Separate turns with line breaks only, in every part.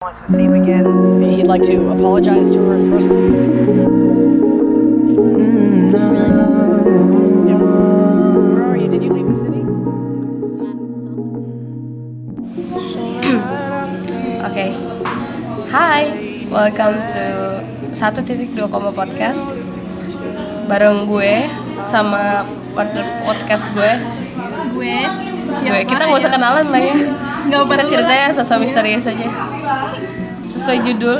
wants to see him again. He'd like to apologize to her in person. Where are you? Did you leave the city?
Oke. Hai, welcome to 1.2 koma podcast. Bareng gue sama partner podcast gue.
gue Oh,
gue kita nggak usah kenalan lah ya.
Nggak
Kita
perlu
ceritanya sosok misterius aja. Sesuai judul.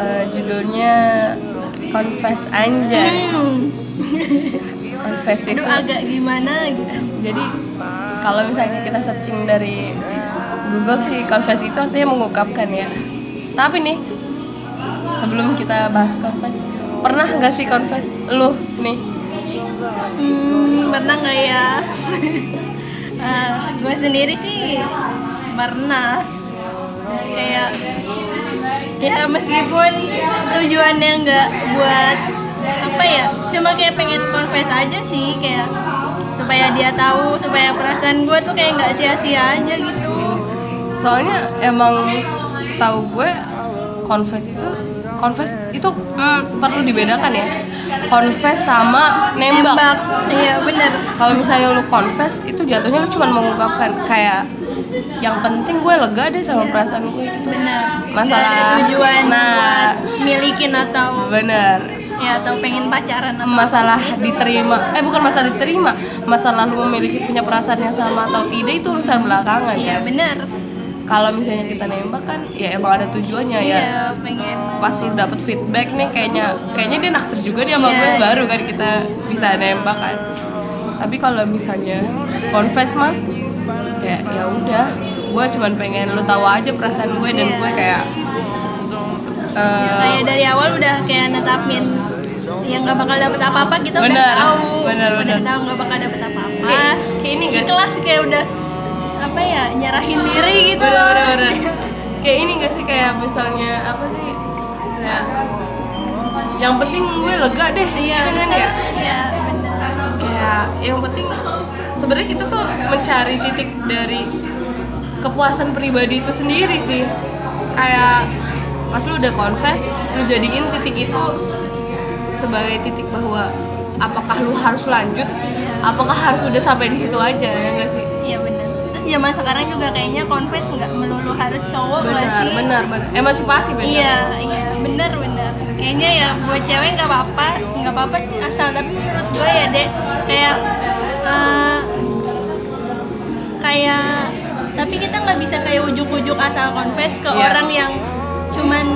eh, judulnya Confess Anjay.
hmm,
Confess itu.
aduh agak gimana gitu
Jadi kalau misalnya kita searching dari Google sih confess itu artinya mengungkapkan ya. Tapi nih sebelum kita bahas confess, pernah nggak sih confess lu nih?
hmm, pernah nggak ya Eh, gue sendiri sih pernah kayak ya meskipun tujuannya nggak buat apa ya cuma kayak pengen confess aja sih kayak supaya dia tahu supaya perasaan gue tuh kayak nggak sia-sia aja gitu
Soalnya emang setahu gue confess itu confess itu mm, perlu dibedakan ya. Confess sama nembak.
Nembak. iya bener
Kalau misalnya lu confess itu jatuhnya lu cuma mengungkapkan kayak yang penting gue lega deh sama perasaan gue gitu.
benar
Masalah-
tujuan
Nah.
buat milikin atau
Bener.
ya atau pengen pacaran atau
masalah diterima eh bukan masalah diterima masalah lu memiliki punya perasaan yang sama atau tidak itu urusan belakangan ya
ya benar
kalau misalnya kita nembak kan ya emang ada tujuannya ya
iya pengen
pas lu dapet feedback nih kayaknya kayaknya dia naksir juga dia sama
Iya,
gue
iya.
baru kan kita bisa nembak kan tapi kalau misalnya confess mah kayak ya udah gue cuman pengen lu tahu aja perasaan gue dan
Iya.
gue kayak eh,
kayak dari awal udah kayak netapin yang nggak bakal dapet apa-apa kita
Benar,
udah tahu
benar,
udah
benar.
tahu nggak bakal dapet apa-apa
Kayak- Ah, kayak ini nggak sih?
kelas kayak udah apa ya nyerahin diri gitu
bener,
loh
bener, bener. kayak ini gak sih kayak misalnya apa sih kayak yang penting gue lega deh
iya
gitu kan
bener.
ya
iya bener
kayak yang penting sebenarnya kita tuh mencari titik dari kepuasan pribadi itu sendiri sih kayak pas lu udah confess lu jadiin titik itu sebagai titik bahwa apakah lu harus lanjut apakah harus udah sampai di situ aja ya gak sih
iya bener terus zaman sekarang juga kayaknya confess nggak melulu harus cowok nggak
benar
sih
benar benar emansipasi benar
Iya, iya, bener bener. Kayaknya ya buat cewek nggak apa-apa, nggak apa-apa sih asal tapi menurut gue ya dek kayak eh, kayak tapi kita nggak bisa kayak ujuk-ujuk asal confess ke
Iya.
orang yang cuman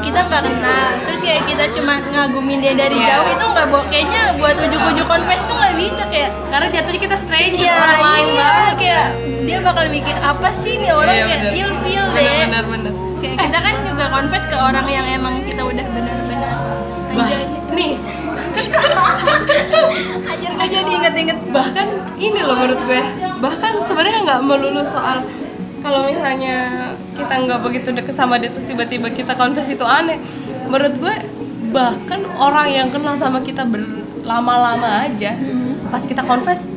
kita nggak kenal terus kayak kita cuma ngagumin dia dari
Iya.
jauh itu nggak bo- kayaknya buat ujuk-ujuk confess tuh nggak bisa kayak
Karena jatuhnya kita stranger
Iya,
orang lain
iya,
banget.
kayak dia bakal mikir apa sih nih orang
Iya,
kayak
bener.
ilfil deh
Bener, bener, bener.
Kayak kita kan juga confess ke orang yang emang kita udah benar-benar
Bah, nih
Anjir gue jadi inget-inget
bahkan ini loh menurut gue bahkan sebenarnya nggak melulu soal kalau misalnya kita nggak begitu deket sama dia terus tiba-tiba kita confess itu aneh menurut gue bahkan orang yang kenal sama kita berlama-lama aja pas kita confess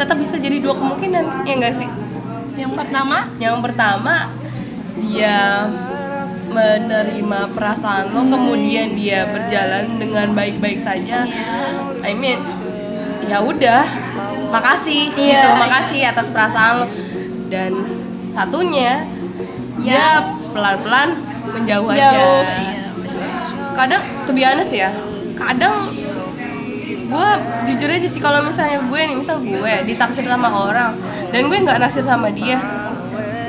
tetap bisa jadi dua kemungkinan ya nggak sih
Yang pertama
Yang pertama dia menerima perasaan lo, kemudian dia berjalan dengan baik-baik saja. I mean, ya udah, makasih gitu,
Iya.
makasih atas perasaan lo. Dan satunya ya pelan-pelan menjauh aja.
jauh
Kadang, to be honest ya, kadang gue jujur aja sih kalau misalnya gue nih misal gue ditaksir sama orang dan gue nggak naksir sama dia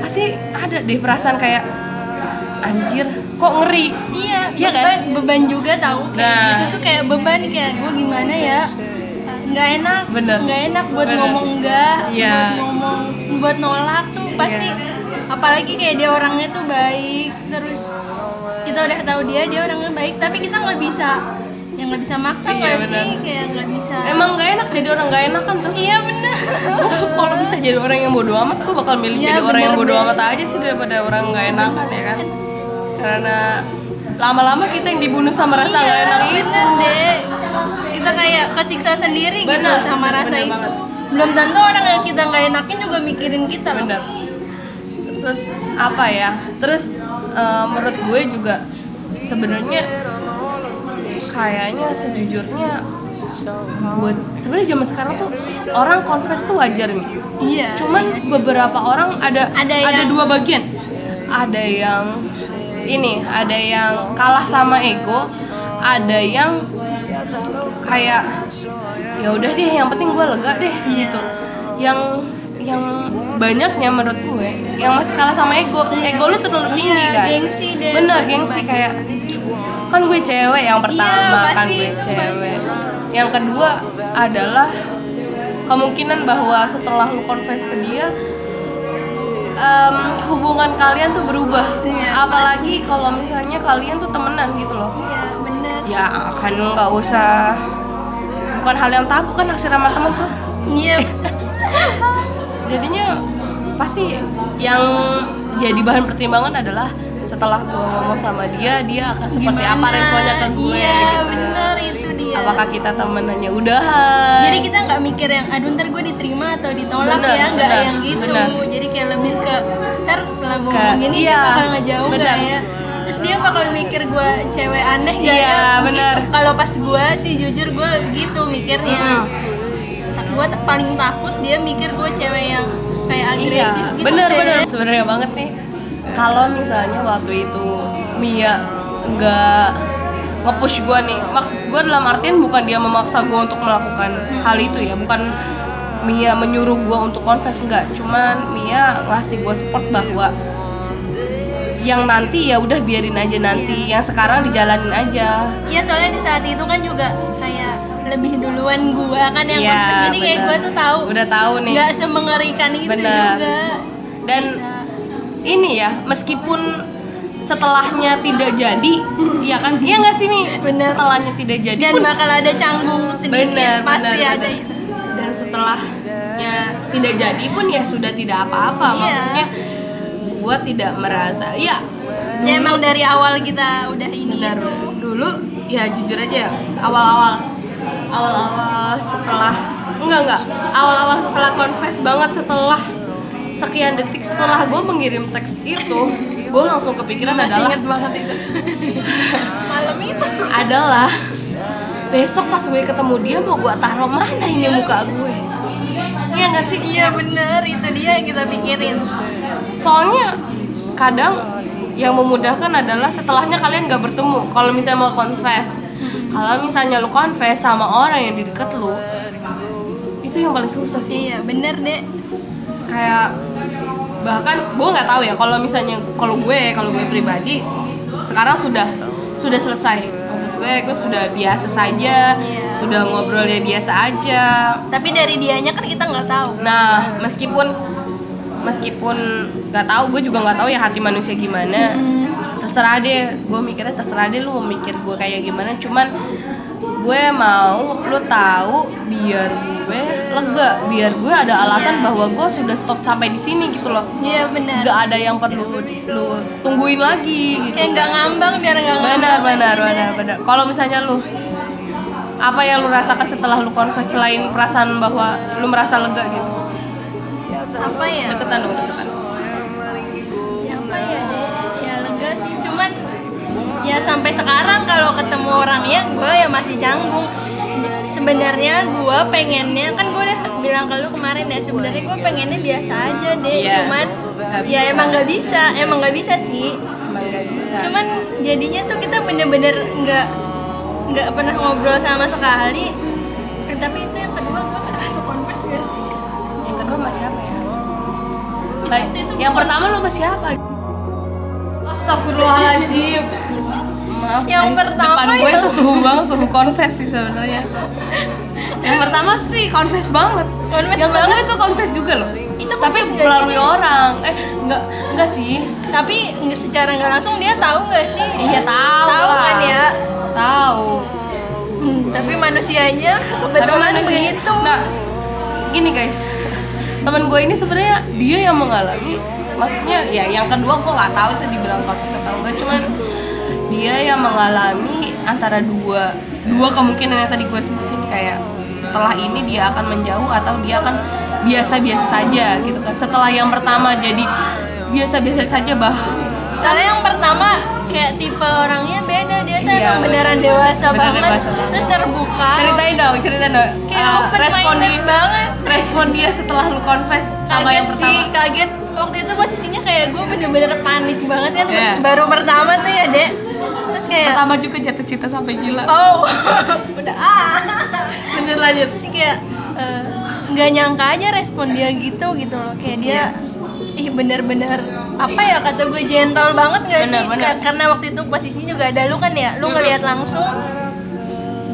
pasti ada deh perasaan kayak anjir kok ngeri
Iya,
Iya kan?
beban, beban juga tahu kayak
Nah.
gitu tuh kayak beban kayak gue gimana ya nggak enak,
Bener.
nggak enak buat
Bener.
ngomong enggak,
Iya.
buat ngomong, buat nolak tuh pasti apalagi kayak dia orangnya tuh baik terus kita udah tahu dia dia orangnya baik tapi kita nggak bisa yang nggak bisa maksa
Iya,
nggak
bener. Eh,
sih kayak nggak bisa
emang nggak enak jadi orang nggak enak kan tuh
iya bener
gue kalau bisa jadi orang yang bodoh amat gue bakal milih
Iya,
jadi orang yang
bener,
bodoh
bener.
amat aja sih daripada orang nggak enakan ya kan karena lama-lama kita yang dibunuh sama rasa nggak
Iya,
enak itu
bener deh kita kayak kesiksa sendiri
Bener,
gitu sama
bener,
rasa
bener
itu
banget.
belum tentu orang yang kita nggak enakin juga mikirin kita loh.
bener terus apa ya terus eh, menurut gue juga sebenarnya kayaknya sejujurnya buat sebenarnya zaman sekarang tuh orang confess tuh wajar nih
Iya.
cuman beberapa orang ada
Ada
ada,
yang-
dua bagian ada yang ini ada yang kalah sama ego ada yang kayak ya udah deh yang penting gue lega deh gitu yang yang banyaknya menurut gue yang masih kalah sama ego ego lu terlalu tinggi
Iya,
kan
gengsi dan
bener
basa-basi.
gengsi kayak kan gue cewek yang pertama
Iya,
kan
pasti
gue
itu
cewek yang kedua adalah kemungkinan bahwa setelah lu confess ke dia em, hubungan kalian tuh berubah
Iya,
apalagi kalau misalnya kalian tuh temenan gitu loh
Iya, bener.
ya kan nggak usah bukan hal yang tabu kan naksir sama temen tuh
Iya.
jadinya pasti yang jadi bahan pertimbangan adalah setelah gue ngomong sama dia dia akan seperti apa
Gimana?
responnya ke gue
Iya,
gitu.
bener itu dia.
apakah kita temenannya udahan
Jadi kita nggak mikir yang aduh ntar gue diterima atau ditolak
Bener,
ya, nggak
bener,
yang gitu.
bener.
Jadi kayak lebih ke ntar setelah gue
Ke-
ngomong gini
iya,
dia bakal ngejauh nggak
bener.
ya? Terus dia bakal mikir gue cewek aneh nggak
Iya,
ya?
bener.
Kalau pas gue sih jujur gue gitu mikirnya. Gue Nah, paling takut dia mikir gue cewek yang
iya
kayak agresif gitu.
bener
deh.
bener sebenarnya banget nih kalau misalnya waktu itu Mia nggak nge-push gue nih maksud gue dalam artian bukan dia memaksa gue untuk melakukan hal
Hmm.
itu ya bukan Mia menyuruh gue untuk confess enggak cuman Mia ngasih gue support bahwa yang nanti ya udah biarin aja nanti yang sekarang dijalanin aja
Iya soalnya di saat itu kan juga kayak lebih duluan gua kan yang
Iya,
konflik. jadi kayak
bener.
gua tuh tahu
udah tahu nih
nggak semengerikan itu
Bener.
juga
dan ini ya meskipun setelahnya tidak jadi ya kan iya nggak sih Mi?
Bener.
setelahnya tidak jadi
dan
pun
bakal ada canggung sedikit
benar
pasti
benar,
ada
benar.
itu
dan setelahnya tidak jadi pun ya sudah tidak apa-apa
Iya.
maksudnya gua tidak merasa ya
ya emang dari awal kita udah ini
benar
itu
Gitu. dulu ya jujur aja ya awal-awal awal-awal setelah enggak enggak awal-awal setelah confess banget setelah sekian detik setelah gue mengirim teks itu gue langsung kepikiran
masih
adalah
inget banget itu malam itu
adalah besok pas gue ketemu dia mau gue taruh mana ini muka gue iya nggak sih
iya bener itu dia yang kita pikirin
soalnya kadang yang memudahkan adalah setelahnya kalian gak bertemu kalau misalnya mau confess kalau misalnya lu confess sama orang yang di deket lu itu yang paling susah sih
iya bener deh
kayak bahkan gue nggak tahu ya kalau misalnya kalau gue kalau gue pribadi sekarang sudah sudah selesai maksud gue gue sudah biasa saja
Iya.
sudah ngobrolnya biasa aja
tapi dari dianya kan kita nggak tahu
Nah, meskipun meskipun nggak tahu, gue juga nggak tahu ya hati manusia gimana.
Hmm,
Terserah deh, gue mikirnya terserah deh lu mau mikir gue kayak gimana. Cuman gue mau lu tahu biar gue lega, biar gue ada alasan bahwa gue sudah stop sampai di sini gitu loh.
iya bener
Nggak ada yang perlu lu tungguin lagi gitu.
kayak nggak ngambang biar nggak ngambang
Benar, benar,
Iya.
benar, benar. Kalau misalnya lu apa yang lu rasakan setelah lu confess selain perasaan bahwa lu merasa lega gitu?
apa ya
deketan dong deketan
ya apa ya deh ya lega sih cuman ya sampai sekarang kalau ketemu orangnya gue ya masih canggung sebenarnya gue pengennya kan gue udah bilang ke lu kemarin ya sebenarnya gue pengennya biasa aja deh
Iya.
cuman
Nggak
ya
bisa. Nah.
emang nggak bisa emang nggak bisa sih
emang gak bisa
cuman jadinya tuh kita bener-bener nggak nggak pernah ngobrol sama sekali Eh, tapi itu yang kedua gue nggak masuk konvers gak sih
yang kedua sama siapa ya Baik, yang pertama lo sama siapa Astagfirullahaladzim Maaf
Yang
guys,
pertama
depan gue
yang-
tuh suhu banget, suhu confess sih sebenarnya. Yang pertama sih confess banget.
Confess
yang kedua
banget.
itu confess juga loh.
Itu
Tapi
confess gak
melalui
sih?
orang. Eh, enggak enggak sih.
tapi nggak- secara nggak langsung dia tahu nggak sih
Iya tahu
Tahu
lah.
kan ya?
Tahu.
Hmm, tapi manusianya
Tapi
kebetulan
manusia
begitu.
Nah, gini guys. Temen gue ini sebenarnya dia yang mengalami maksudnya ya yang kedua gue nggak tahu itu dibilang papis atau enggak cuman dia yang mengalami antara dua dua kemungkinan yang tadi gue sebutin kayak setelah ini dia akan menjauh atau dia akan biasa-biasa saja gitu kan setelah yang pertama jadi biasa-biasa saja bah
Soalnya yang pertama kayak tipe orangnya beda dia tuh
Iya,
emang beneran dewasa
Beneran
banget,
dewasa banget.
terus terbuka.
Ceritain dong, ceritain dong.
Kayak
Eh,
open
respon
minded
dia,
banget.
respon dia setelah lu confess sama
kaget
yang pertama.
sih, kaget. Waktu itu posisinya kayak gue bener-bener panik banget kan,
Iya.
baru pertama tuh ya dek. Terus kayak
Pertama juga jatuh cinta sampai gila.
oh udah ah.
Lanjut lanjut.
sih kayak eh, nggak nyangka aja respon dia gitu gitu loh kayak dia
Iya.
ih bener-bener apa ya kata gue gentle banget gak sih
Bener, bener.
Ka- karena waktu itu posisinya juga ada lu kan ya lu ngeliat langsung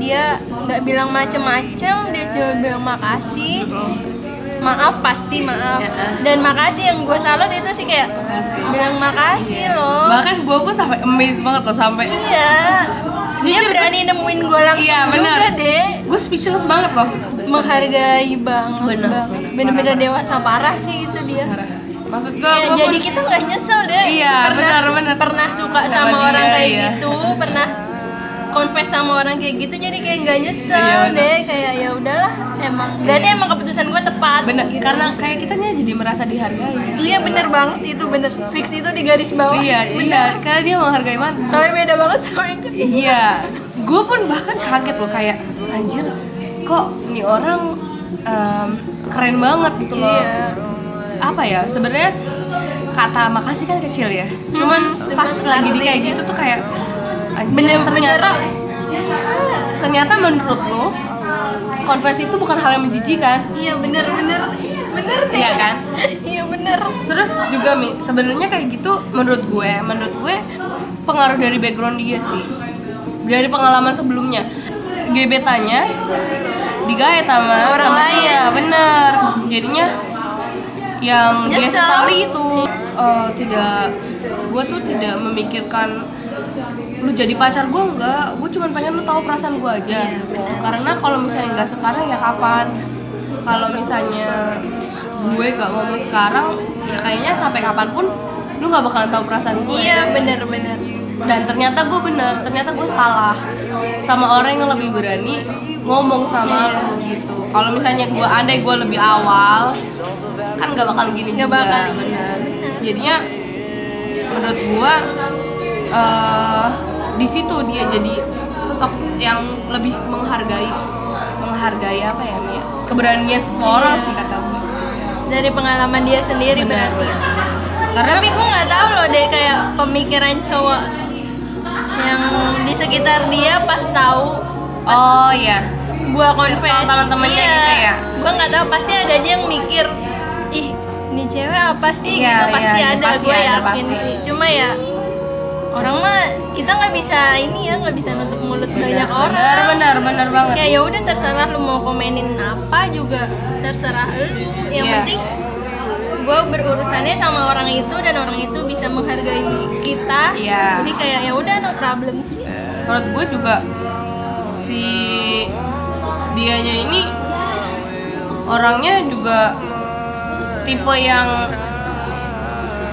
dia nggak bilang macem-macem dia cuma bilang makasih maaf pasti maaf
Iya.
dan makasih yang gue salut itu sih kayak bilang makasih loh
Bahkan gue pun sampai amazed banget loh sampai
iya dia
Jujur,
berani
terus-
nemuin gue langsung
Iya, bener.
juga deh
gue speechless banget loh.
menghargai banget
Bener,
banget.
bener.
bener-bener dewasa parah sih itu dia
Maksud gue,
Ya,
gue
jadi kita nggak nyesel deh
Iya, benar, benar.
pernah suka
Sama
sama,
dia,
orang kayak
iya.
gitu pernah confess sama orang kayak gitu jadi kayak nggak nyesel
Iya, benar. Iya.
deh kayak ya udahlah emang berarti emang keputusan gue tepat
bener karena kayak kita nih jadi merasa dihargai.
iya bener banget itu bener fix itu di garis bawah
iya, iya, karena dia menghargai banget.
soalnya beda banget sama yang kedua
Iya, gue pun bahkan kaget loh kayak anjir kok nih orang em, keren banget gitu loh.
iya
Apa ya sebenarnya kata makasih kan kecil ya. Cuman
Hmm,
pas
cuman
lagi di
ngerti.
kayak gitu tuh kayak anjir,
Bener-bener.
ternyata ternyata menurut lo konversi itu bukan hal yang menjijikan.
iya bener bener bener deh
Iya kan?
iya bener
Terus juga Mi, sebenarnya kayak gitu menurut gue, menurut gue pengaruh dari background dia sih. Dari pengalaman sebelumnya. Gebetannya digait sama
Orang
temennya,
lain.
bener. Jadinya yang dia
Nyesel.
sesali itu eh, tidak gue tuh tidak memikirkan lu jadi pacar gue enggak gue cuma pengen lu tahu perasaan gue aja karena kalau misalnya nggak sekarang ya kapan kalau misalnya gue gak ngomong sekarang ya kayaknya sampai kapanpun lu nggak bakalan tahu perasaan ya kan? gue
iya bener bener
dan ternyata gue bener ternyata gue salah sama orang yang lebih berani ngomong sama lu gitu kalau misalnya gue andai gue lebih awal kan nggak bakal gini
Nggak
juga.
bakal, iya.
bener jadinya menurut gue eh di situ dia jadi sosok yang lebih menghargai menghargai apa ya Mia? keberanian seseorang
Iya.
sih kata gue
dari pengalaman dia sendiri
Benar.
berarti
karena
tapi gue nggak tahu loh deh kayak pemikiran cowok yang di sekitar dia pas tahu
oh ya
gue confess
teman-temannya gitu ya?
gue nggak tahu pasti ada aja yang mikir ih ini cewek apa sih
Iya,
gitu pasti
iya,
ada
pasti
gue
ada,
yakin
pasti.
sih cuma ya orang mah kita nggak bisa ini ya nggak bisa nutup mulut banyak orang
Iya, bener bener bener banget
kayak ya udah terserah lu mau komenin apa juga terserah lu yang
Iya.
penting gue berurusannya sama orang itu dan orang itu bisa menghargai kita
Iya.
jadi kayak ya udah no problem sih
menurut gue juga si dianya ini orangnya juga tipe yang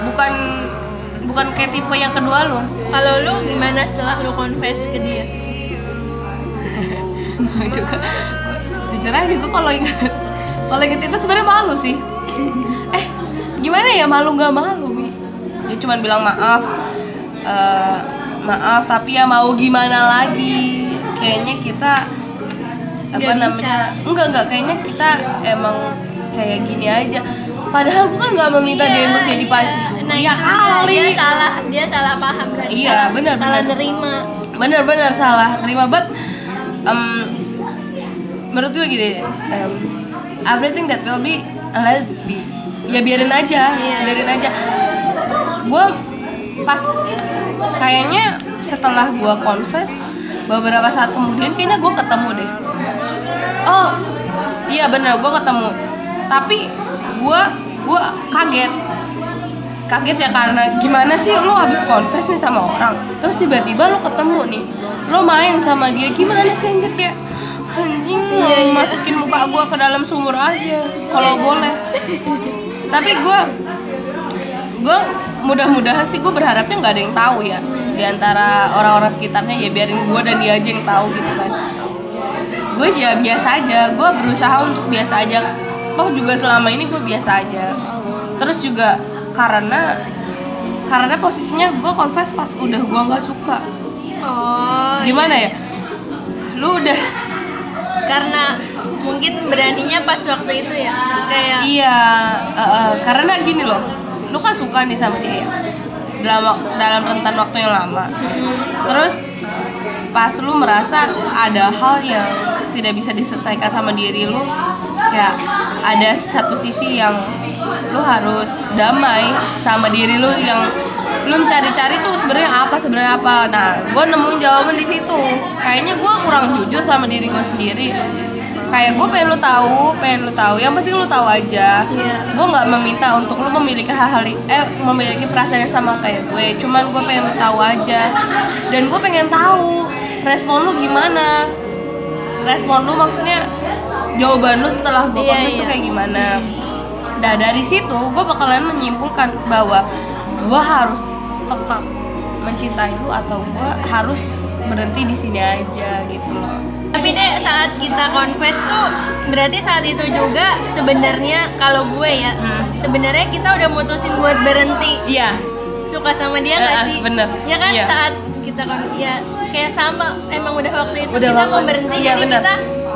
bukan bukan kayak tipe yang kedua lo
kalau lu gimana setelah lu confess ke dia
juga jujur aja gue kalau inget kalau inget itu sebenarnya malu sih eh gimana ya malu nggak malu Mi dia cuman bilang maaf eh, maaf tapi ya mau gimana lagi kayaknya kita apa
Nggak
namanya enggak enggak kayaknya kita emang kayak gini aja padahal gue kan nggak meminta dia
Iya,
untuk jadi
iya.
pacar
nah,
ya
itu dia-
kali
dia salah dia salah paham kan
Iya,
Salah-
benar,
salah
benar.
nerima
bener-bener salah terima banget Em, menurut gue gini em, everything that will be let it be ya biarin aja
Iya.
biarin aja gue pas kayaknya setelah gue confess beberapa saat kemudian kayaknya gue ketemu deh oh iya bener gue ketemu tapi gue gue kaget kaget ya karena gimana sih lo habis confess nih sama orang terus tiba-tiba lo ketemu nih lo main sama dia gimana sih anjir kayak anjing lo
Iya, iya.
masukin muka gua ke dalam sumur aja kalau boleh tapi gua gua mudah-mudahan sih gue berharapnya nggak ada yang tahu ya di antara orang-orang sekitarnya ya biarin gua dan dia aja yang tahu gitu kan gue ya biasa aja gue berusaha untuk biasa aja toh juga selama ini gue biasa aja terus juga karena karena posisinya gue confess pas udah gue nggak suka
oh
gimana ya lu udah
karena mungkin beraninya pas waktu itu ya kayak
iya eh, eh, karena gini loh lu kan suka nih sama dia ya, dalam wak- dalam rentan waktu yang lama
Hmm.
terus pas lu merasa ada hal yang tidak bisa diselesaikan sama diri lu kayak ada satu sisi yang lu harus damai sama diri lu yang lu cari-cari tuh sebenarnya apa sebenarnya apa nah gue nemuin jawaban di situ kayaknya gue kurang jujur sama diri gue sendiri kayak gue pengen lu tahu pengen lu tahu yang penting lu tahu aja
Iya.
gue nggak meminta untuk lu memiliki hal-hal eh memiliki perasaan yang sama kayak gue cuman gue pengen lu tahu aja dan gue pengen tahu respon lu gimana respon lu maksudnya jawaban lu setelah gue
Iya,
kontes tuh
iya.
kayak gimana nah dari situ gue bakalan menyimpulkan bahwa gue harus tetap mencintai lu atau gue harus berhenti di sini aja gitu loh
Tapi deh saat kita confess tuh berarti saat itu juga sebenarnya kalau gue ya
Hmm.
sebenarnya kita udah mutusin buat berhenti
iya
suka sama dia nggak
Eh, eh,
sih?
bener.
Ya kan
Iya.
saat kita kan ya kayak sama emang udah waktu itu
Udah
kita mau
waktu-
berhenti
iya,
jadi
bener.
kita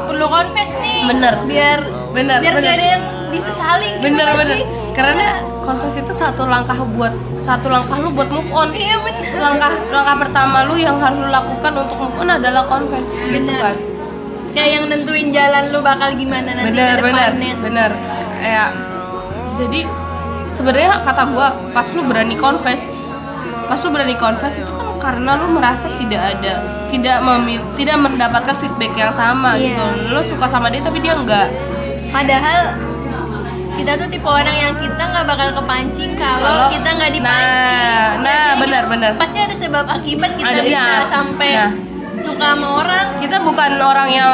perlu confess nih.
Bener.
Biar
Bener,
biar
bener.
gak ada yang disesali. gitu
bener
nggak
bener
sih?
karena confess itu satu langkah buat satu langkah lu buat move on
Iya bener.
langkah langkah pertama lu yang harus lu lakukan untuk move on adalah confess gitu
Bener.
kan
Kayak yang nentuin jalan lu bakal gimana nanti
bener
ke
bener
depannya.
bener kayak jadi sebenarnya kata gua pas lu berani confess pas lu berani confess itu kan karena lu merasa tidak ada tidak memil tidak mendapatkan feedback yang sama
Iya.
gitu lu suka sama dia tapi dia enggak
Padahal kita tuh tipe orang yang kita nggak bakal kepancing kalau
Kalau-
kita nggak dipancing.
nah nah
Jadi
bener bener
Pasti ada sebab akibat kita
Ada,
bisa
iya.
sampai
Nah.
suka sama orang
kita bukan orang yang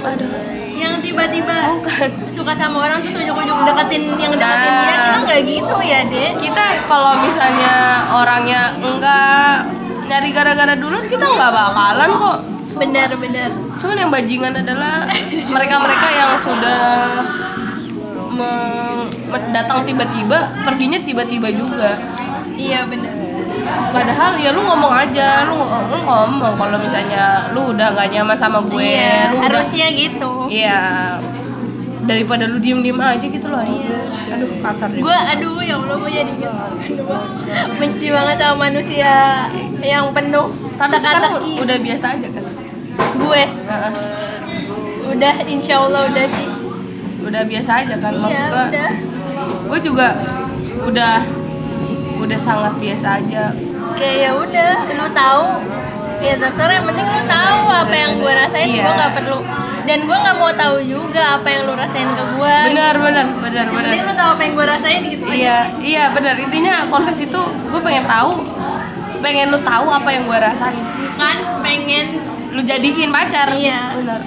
aduh
yang tiba-tiba
bukan
suka sama orang terus ujuk-ujuk deketin yang deketin
Nah.
dia kita nggak gitu ya dek
kita kalau misalnya orangnya enggak nyari gara-gara duluan kita nggak bakalan kok
bener-bener
cuman yang bajingan adalah mereka-mereka yang sudah meng- datang tiba-tiba perginya tiba-tiba juga
iya bener
padahal ya lu ngomong aja lu, lu ngomong kalau misalnya lu udah nggak nyaman sama gue
iya
lu udah-
harusnya gitu
iya daripada lu diem-diem aja gitu loh anjir aduh kasar deh.
gue aduh ya allah gue jadi ingat. benci banget sama manusia yang penuh
tapi sekarang
teka-teki.
udah biasa aja kan
gue
Heeh.
udah insya allah udah sih
udah biasa aja kan
iya
maksud gue
udah
gue juga udah udah sangat biasa aja
kayak ya udah lu tahu ya terserah yang penting lu tahu apa yang gue rasain
Iya.
gue nggak perlu dan gue nggak mau tahu juga apa yang lu rasain ke gue
benar benar benar
yang
benar
penting lu tahu apa yang gue rasain gitu
iya iya benar intinya konfes itu gue pengen tahu pengen lu tahu apa yang gue rasain
bukan Kan, pengen
lu jadiin pacar
Iya.
benar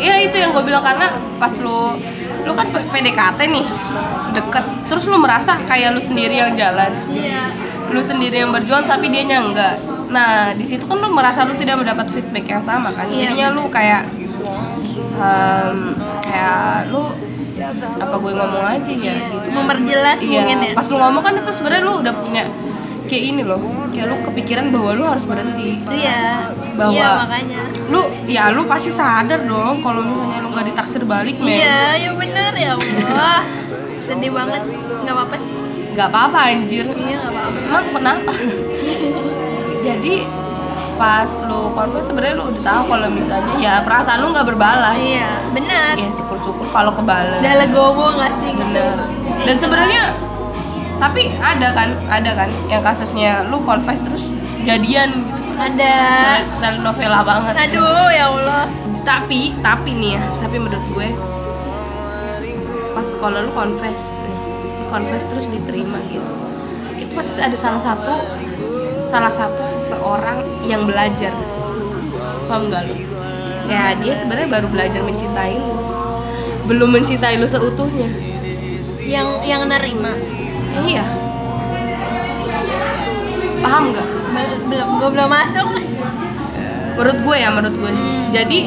iya itu yang gue bilang karena pas lu lu kan PDKT nih deket terus lu merasa kayak lu sendiri yang jalan
iya
lu sendiri yang berjuang tapi dia enggak nah di situ kan lu merasa lu tidak mendapat feedback yang sama kan
Iya.
jadinya lu kayak em, kayak lu apa gue ngomong aja
Iya.
ya gitu
memperjelas
iya
mungkin ya
pas lu ngomong kan itu sebenarnya lu udah punya kayak ini loh kayak lu kepikiran bahwa lu harus berhenti
iya
Bahwa-
iya makanya
lu ya lu pasti sadar dong kalau misalnya lu nggak ditaksir balik men
iya ya bener ya allah sedih banget nggak apa-apa sih
nggak apa-apa anjir
iya nggak apa-apa
emang kenapa jadi pas lu konfes sebenarnya lu udah tahu kalau misalnya ya perasaan lu nggak berbalas
iya bener
ya syukur-syukur kalau kebalas
udah legowo nggak sih
bener dan sebenarnya tapi ada kan ada kan yang kasusnya lu confess terus jadian gitu
ada
telenovela banget
aduh ya allah
tapi tapi nih ya tapi menurut gue pas sekolah lu confess nih, lu confess terus diterima gitu itu pasti ada salah satu salah satu seseorang yang belajar paham gak lu ya dia sebenarnya baru belajar mencintai lu belum mencintai lu seutuhnya
yang yang nerima
iya paham nggak
Bel- belum gue belum masuk
menurut gue ya menurut gue jadi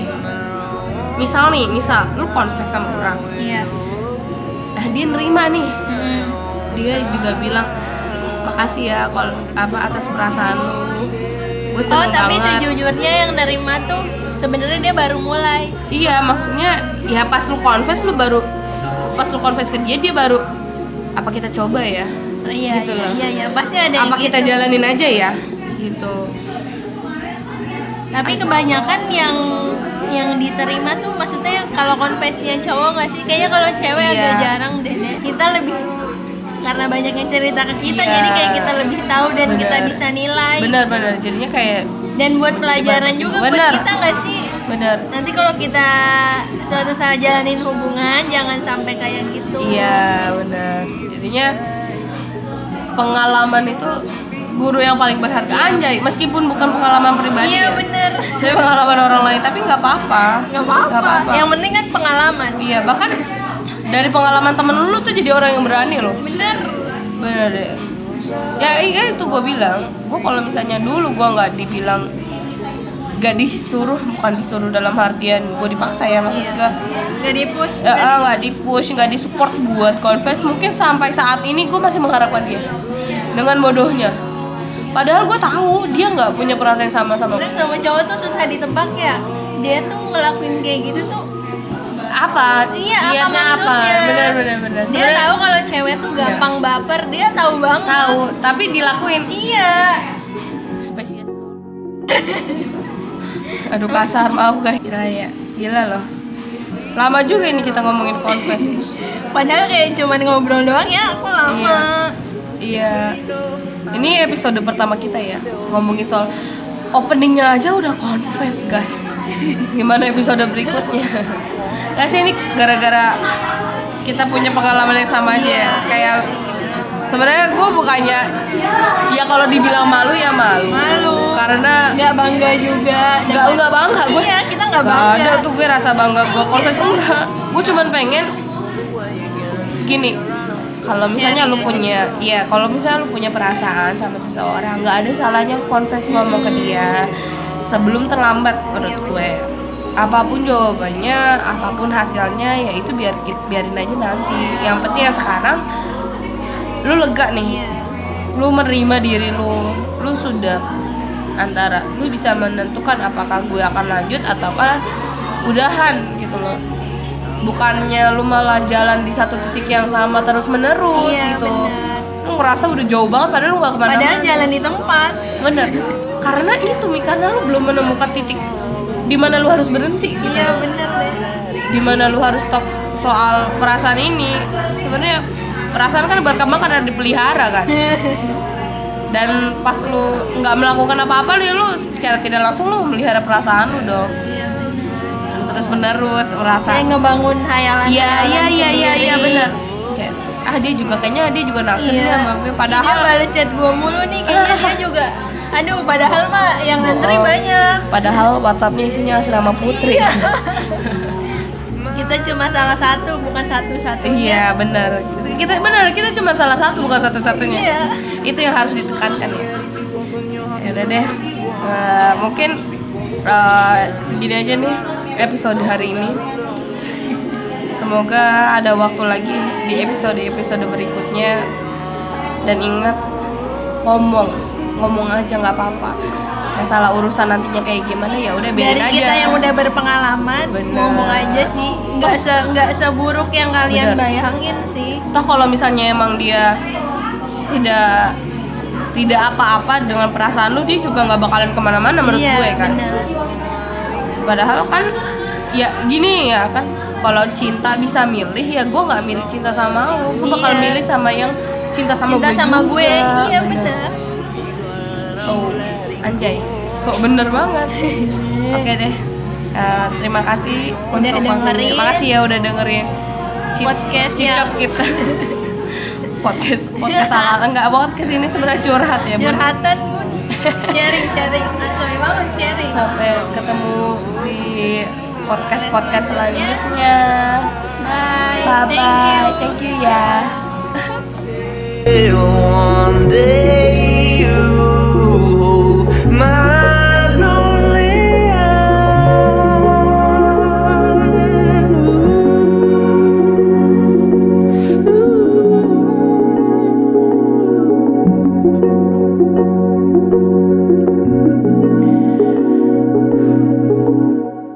misal nih misal lu confess sama orang
iya Hmm.
nah dia nerima nih dia juga bilang makasih ya kalau apa atas perasaan lu gue
oh
seneng
tapi
banget
sejujurnya yang nerima tuh sebenarnya dia baru mulai
iya maksudnya ya pas lu confess lu baru pas lu confess ke dia dia baru apa kita coba ya
Oh, iya
Gitu
iya,
loh.
iya iya pasti ada yang
apa kita
gitu.
jalanin aja ya gitu
tapi kebanyakan yang yang diterima tuh maksudnya kalau konfesnya cowok nggak sih kayaknya kalau cewek
Iya.
agak jarang deh deh. kita lebih karena banyak yang cerita ke kita
Iya.
jadi kayak kita lebih tahu dan
Bener.
kita bisa nilai
benar-benar jadinya kayak
dan buat pelajaran juga
Bener.
buat kita nggak sih
benar
nanti kalau kita suatu saat jalanin hubungan jangan sampai kayak gitu
Iya benar. Jadinya pengalaman itu guru yang paling berharga anjay meskipun bukan pengalaman pribadi ya.
iya bener
Tapi pengalaman orang lain tapi nggak apa-apa.
nggak apa-apa yang penting kan pengalaman
Iya bahkan dari pengalaman temen lu tuh jadi orang yang berani loh.
bener
Bener deh. Ya iya itu gue bilang. Gue kalau misalnya dulu gue nggak dibilang nggak disuruh bukan disuruh dalam artian gue dipaksa ya maksud
Iya.
gue
nggak Kan di push
Ya, eh, nggak di push nggak di support buat confess mungkin sampai saat ini gue masih mengharapkan dia dengan bodohnya padahal gue tahu dia nggak punya perasaan yang sama sama
Sebenernya sama cowok tuh susah ditebak ya dia tuh ngelakuin kayak gitu tuh
apa
Iya, apa
niatnya
maksudnya?
benar benar benar
dia
Sebenarnya
tahu kalau cewek
Iya.
tuh gampang baper dia tahu banget
tahu tapi dilakuin
iya
spesies aduh kasar maaf guys gila ya gila loh lama juga ini kita ngomongin confess
padahal kayak cuman ngobrol doang ya aku lama
Iya. Iya. Ini episode pertama kita ya ngomongin soal openingnya aja udah confess guys. Gimana episode berikutnya? Gak sih ini gara-gara kita punya pengalaman yang sama aja ya. Kayak sebenarnya gue bukannya ya kalau dibilang malu ya malu.
malu
Karena
nggak bangga juga
nggak nggak bangga gue.
iya kita nggak
Gak
bangga
ada tuh gue rasa bangga gue confess enggak. Gue cuman pengen gini. Kalau misalnya lu punya, ya kalau misalnya lu punya perasaan sama seseorang, nggak ada salahnya lu confess ngomong ke dia sebelum terlambat menurut
Iya,
gue. Apapun jawabannya, apapun hasilnya, ya itu biar biarin aja nanti. Yang penting ya sekarang lu lega
Iya.
nih. Lu menerima diri lu. Lu sudah antara lu bisa menentukan apakah gue akan lanjut ataukah udahan gitu loh bukannya lu malah jalan di satu titik yang sama terus menerus
Iya,
gitu
benar.
lu ngerasa udah jauh banget padahal kan- Iya. lu gak kemana
padahal jalan di tempat
bener karena itu mi karena lu belum menemukan titik di mana lu harus berhenti gitu
iya bener deh
di mana lu harus stop soal perasaan ini sebenarnya perasaan kan berkembang karena dipelihara kan dan pas lu nggak melakukan apa-apa ya lu secara tidak langsung lu melihara perasaan lu dong
iya
lu terus menerus merasa
kayak ngebangun hayalan
Iya iya iya iya iya benar. Kayak ah dia juga kayaknya dia juga naksir nih
Iya.
sama gue
padahal
padahal
balas chat gue mulu nih kayaknya dia juga aduh padahal mah yang ngantri
Oh.
banyak
padahal WhatsAppnya isinya asrama putri. Iya,
kita cuma salah satu bukan satu
Iya,
satunya
benar. Kita benar kita cuma salah satu bukan satu-satunya.
Iya.
Itu yang harus ditekankan ya. Ya udah deh. Eh, mungkin eh, segini aja nih episode hari ini. Semoga ada waktu lagi di episode-episode berikutnya dan ingat ngomong ngomong aja nggak apa-apa masalah urusan nantinya kayak gimana ya udah biarin
dari
aja
kita yang udah berpengalaman
Bener.
ngomong aja sih nggak se nggak seburuk yang kalian
Bener.
bayangin sih
toh kalau misalnya emang dia tidak tidak apa-apa dengan perasaan lu dia juga nggak bakalan kemana-mana menurut
iya
gue kan
bener.
padahal kan ya gini ya kan kalau cinta bisa milih ya gue nggak milih cinta sama lu gue bakal
Iya.
milih sama yang cinta sama
cinta
gue
sama gue
juga.
iya bener
Tuh, anjay, sok bener banget. Oke deh, Eh, terima kasih
Udah
untuk
dengerin.
waktunya. Makasih ya udah dengerin ci-
Podcast yang-
cicok kita. podcast podcast salah enggak podcast ini sebenarnya curhat ya Bun.
curhatan bun sharing sharing asoy banget sharing
sampai ketemu di podcast podcast selanjutnya
bye,
bye
thank you
bye thank you ya
One day